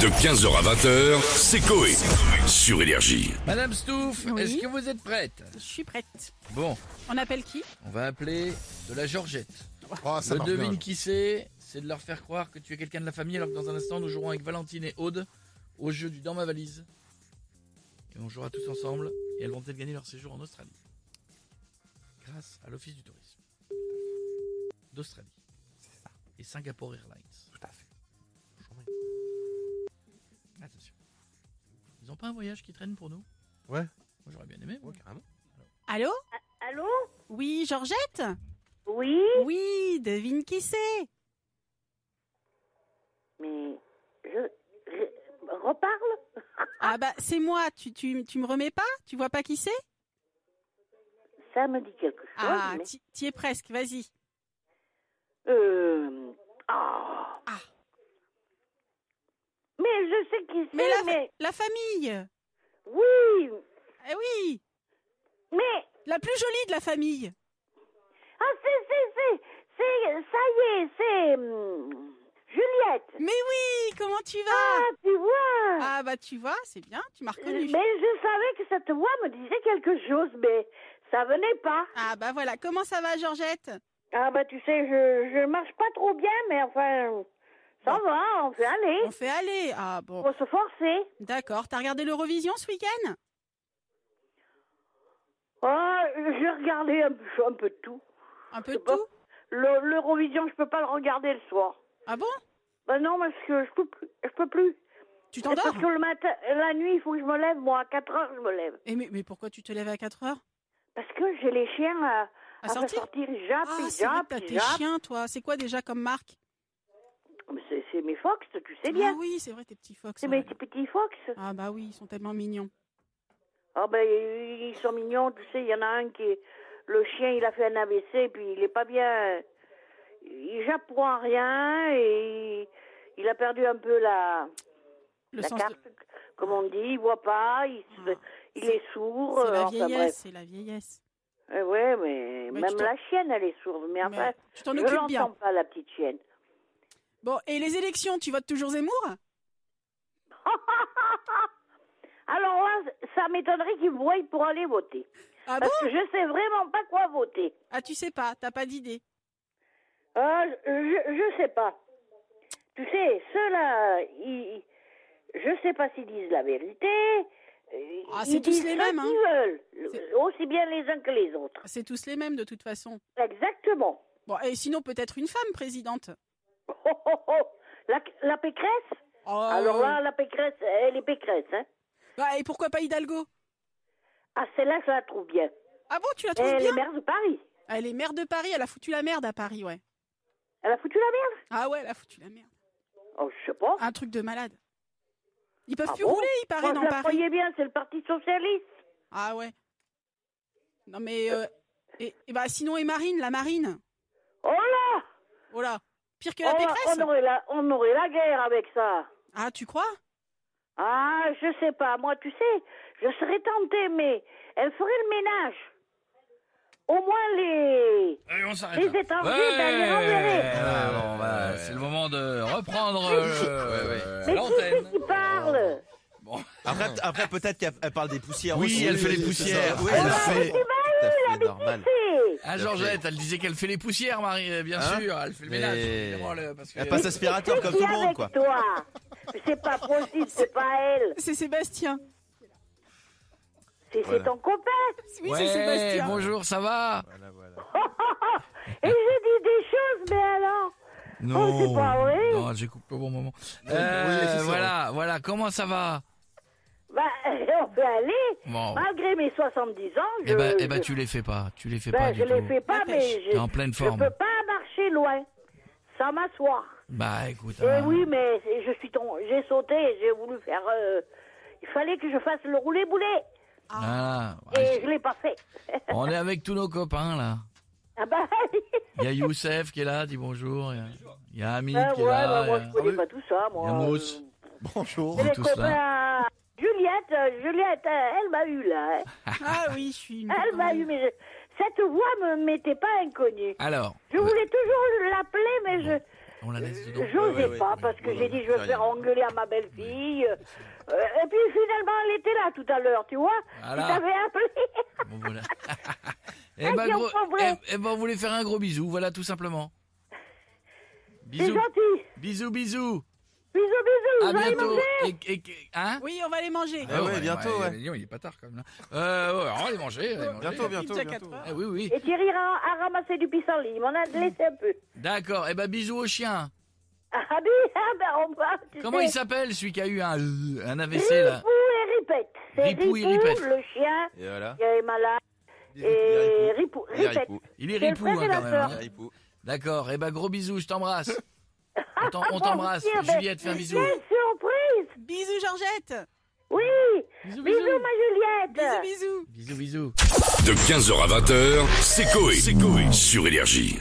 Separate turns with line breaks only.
De 15h à 20h, c'est Coé. Sur Énergie.
Madame Stouff,
Oui.
est-ce que vous êtes prête
Je suis prête.
Bon,
On appelle qui
on va appeler de la Georgette.
Oh, ça
Le
marche
devine
bien.
qui c'est, c'est de leur faire croire que tu es quelqu'un de la famille alors que dans un instant nous jouerons avec Valentine et Aude au jeu du Dans ma valise. Et on jouera tous ensemble et elles vont peut-être gagner leur séjour en Australie. Grâce à l'Office du tourisme d'Australie et Singapore Airlines.
Tout à fait.
Attention. Ils n'ont pas un voyage qui traîne pour nous
Ouais.
Moi j'aurais bien aimé. moi.
carrément.
Allô
Allô
Oui, Georgette
Oui
Oui, devine qui c'est
Mais je, je- reparle
Ah bah c'est moi, tu, tu, tu me remets pas Tu vois pas qui c'est
Ça me dit quelque chose.
Ah,
mais-
t'y t'y es presque, vas-y.
Euh, ah.
Ah.
Mais je sais qui
Mais la,
c'est, mais
la famille
oui,
Eh oui
mais
La plus jolie de la famille
ah c'est c'est c'est c'est ça y est, c'est hum, Juliette.
Mais oui, comment tu
Ah,
vas
tu vois.
Ah bah tu vois, c'est bien, tu m'as
mais
reconnu.
je savais que cette voix me disait quelque chose, mais ça venait pas.
Ah bah voilà, comment ça va Georgette
Ah bah tu sais, je je marche pas trop bien, mais enfin ça va, on peut aller.
On fait aller. Ah bon,
Faut se forcer.
d'accord. T'as regardé l'Eurovision ce week-end
Ah, j'ai regardé un, peu- un peu de tout.
Un peu de
Bon.
tout
Le- L'Eurovision, je peux pas le regarder le soir.
Ah bon
Ben non, parce que je peux plus. Je peux plus.
Tu
Parce
t'endors
que le matin, la nuit, il faut que je me lève. Moi, à 4 heures, je me lève.
Eh, mais, mais pourquoi tu te lèves à 4 heures
Parce que j'ai les chiens à,
À
à faire
sortir
sortir. Ils jappent,
Ah,
ils
c'est vrai que
jappent,
t'as
ils
tes
jappent.
chiens, toi. C'est quoi déjà comme marque
Mais C'est c'est mes fox, tu sais
Ah
bien.
oui, c'est vrai, tes petits fox.
C'est
ouais.
mes petits, petits fox.
Ah bah oui, ils sont tellement mignons.
Ah ben, ils sont mignons, tu sais. Il y en a un qui est... Le chien, il a fait un AVC, puis il est pas bien. Il jappe pour un rien et il- il a perdu un peu la...
Le
la
sens
carte,
de...
comme on dit, il voit pas, il, se-
Ah,
il
c'est-
est sourd.
C'est
euh,
la
enfin,
vieillesse,
bref.
c'est la vieillesse.
Eh ouais, mais
Mais tu
même
t'en-
la chienne, elle est sourde. Mais
Mais
enfin,
tu t'en
je
occupes
l'entends
bien.
pas, la petite chienne.
Bon, et les élections, tu votes toujours Zemmour
Alors là, ça m'étonnerait qu'il voie pour aller voter.
Ah bon
parce que je sais vraiment pas quoi voter.
Ah tu sais pas, t'as pas d'idée.
Ah, je, je sais pas. Tu sais, ceux-là, ils, je sais pas s'ils disent la vérité. euh,
Ah, c'est
ils
tous
disent
les
ce
mêmes,
qu'ils
C'est-
veulent, aussi bien les uns que les autres.
C'est tous les mêmes de toute façon.
Exactement.
Bon, et sinon peut-être une femme présidente.
Oh, oh, oh. La, la pécresse
Oh,
Alors là, la pécresse, elle est pécresse, hein.
bah, et pourquoi pas Hidalgo
Ah, celle-là, je la trouve bien.
Ah bon, tu la trouves
Elle
bien
est maire de Paris.
Elle est maire de Paris, elle a foutu la merde à Paris, ouais.
Elle a foutu la merde
Ah ouais, elle a foutu la merde.
Oh, je sais pas.
Un truc de malade. Ils peuvent
Ah
plus
bon
rouler, il paraît,
Moi, je
dans
la
Paris.
croyais bien, c'est le Parti Socialiste.
Ah ouais. Non mais euh, et, et bah sinon et Marine, la Marine.
Oh là
Oh là, pire que
oh
la
là,
Pécresse.
on, aurait la, on aurait la guerre avec ça.
ah tu crois
Ah, je sais pas. Moi, tu sais, je serais tentée, mais elle ferait le ménage. Au moins, les...
Allez, on s'arrête.
les
là.
étrangers, ben, les renverrait.
Voilà, bon, bah,
Ouais.
C'est le moment de reprendre euh,
Mais qui
l'antenne.
c'est qui parle
Après, après peut-être qu'elle Ah elle parle des poussières
Oui,
aussi.
elle fait les
c'est
poussières.
ça. Oui,
Elle
elle
a
fait.
fait-
Tout à fait
Mais
normal.
qui
Ah Georgette, elle disait qu'elle fait les poussières, Marie, euh, bien
Hein
sûr, elle fait le
Mais-
ménage. évidemment, le- parce que-
Elle passe aspirateur
c'est
comme
qui
tout
est
le monde,
avec
quoi.
toi C'est pas possible, c'est pas elle.
C'est Sébastien.
C'est c'est ton copain.
Oui,
Ouais,
c'est Sébastien.
bonjour, ça va
Et j'ai dit des choses, mais alors Oh, c'est pas vrai
Non, j'ai coupé au bon moment.
oui,
Euh,
c'est ça,
voilà, voilà, comment ça va
Bah, on peut aller.
Bon,
Malgré mes 70 ans, je...
eh ben, eh ben,
je-
tu les fais pas, tu les fais
ben,
pas
je
du
les
tout.
fais pas,
La
mais
pêche.
je
T'es en pleine
je
forme.
peux pas marcher loin sans m'asseoir.
Bah écoute,
Eh
hein.
oui, mais c'est- je suis ton... j'ai sauté, et j'ai voulu faire... euh, Il fallait que je fasse le roulé-boulet,
Ah,
et
ouais,
je l'ai pas fait.
on est avec tous nos copains là.
Ah bah,
Il y a Youssef qui est là, dis bonjour. Il y a- il y a Hamid
ben,
qui
ouais,
est là.
ben, moi,
il y
je
a-
connais pas tout ça, moi. Euh,
Il y a Mousse.
Bonjour.
C'est les
tout
copains
cela.
à Juliette, euh, Juliette, euh, elle m'a eu là. hein.
Ah oui, je suis une
Elle m'a eu, mais je- cette voix me m'était pas inconnue.
Alors,
Je voulais toujours l'appeler, mais je
On la laisse dedans.
J'osais
ouais, ouais,
pas
ouais.
parce que
Ouais, ouais,
j'ai dit je vais
c'est
faire
rien.
engueuler à ma belle-fille. Euh, et puis finalement elle était là tout à l'heure, tu vois. Tu
Voilà.
t'avais appelé.
Bon, voilà. eh
Ah,
ben,
si, on
gros-
prend vrai.
eh- eh ben, on voulait faire un gros bisou, voilà tout simplement.
C'est
Bisous,
gentil.
bisous, bisous.
Bisous, bisous.
À
vous allez
bientôt.
manger
Et, et- et- hein
Oui, on va les manger.
Ah ouais, bientôt, ouais.
dis donc, Il est pas tard quand même. là. Euh, ouais, on va aller manger. on va aller manger.
Bientôt,
Pizza
bientôt,
quatre
bientôt.
heures.
Eh oui, oui.
Et Thierry a, a ramassé du pissenlit. Il m'en a laissé un peu.
D'accord. Eh ben, bisous au chien.
Ah oui, ah ben on va. tu
Comment
sais.
il s'appelle celui qui a eu un, un
Ripou
AVC là
et Ripette. C'est
Ripou
Ripou,
et Ripette.
le chien
Et voilà.
qui est malade. Et
Et
Ripou, Ripette.
Yaripou.
Il est
C'est le
ripou
frère
hein,
et la
quand même.
sœur.
hein.
Yaripou.
D'accord. Eh ben, gros bisous, je t'embrasse. On t'en- On
Bon,
t'embrasse.
tiens, ben,
Juliette, fais un bisou.
Quelle surprise
Bisous, Georgette.
Oui
Bisous,
Bisous, ma
Bisous,
Juliette
bisous.
Bisous, bisous.
De 15h à 20h, c'est Coé. Sur Énergie.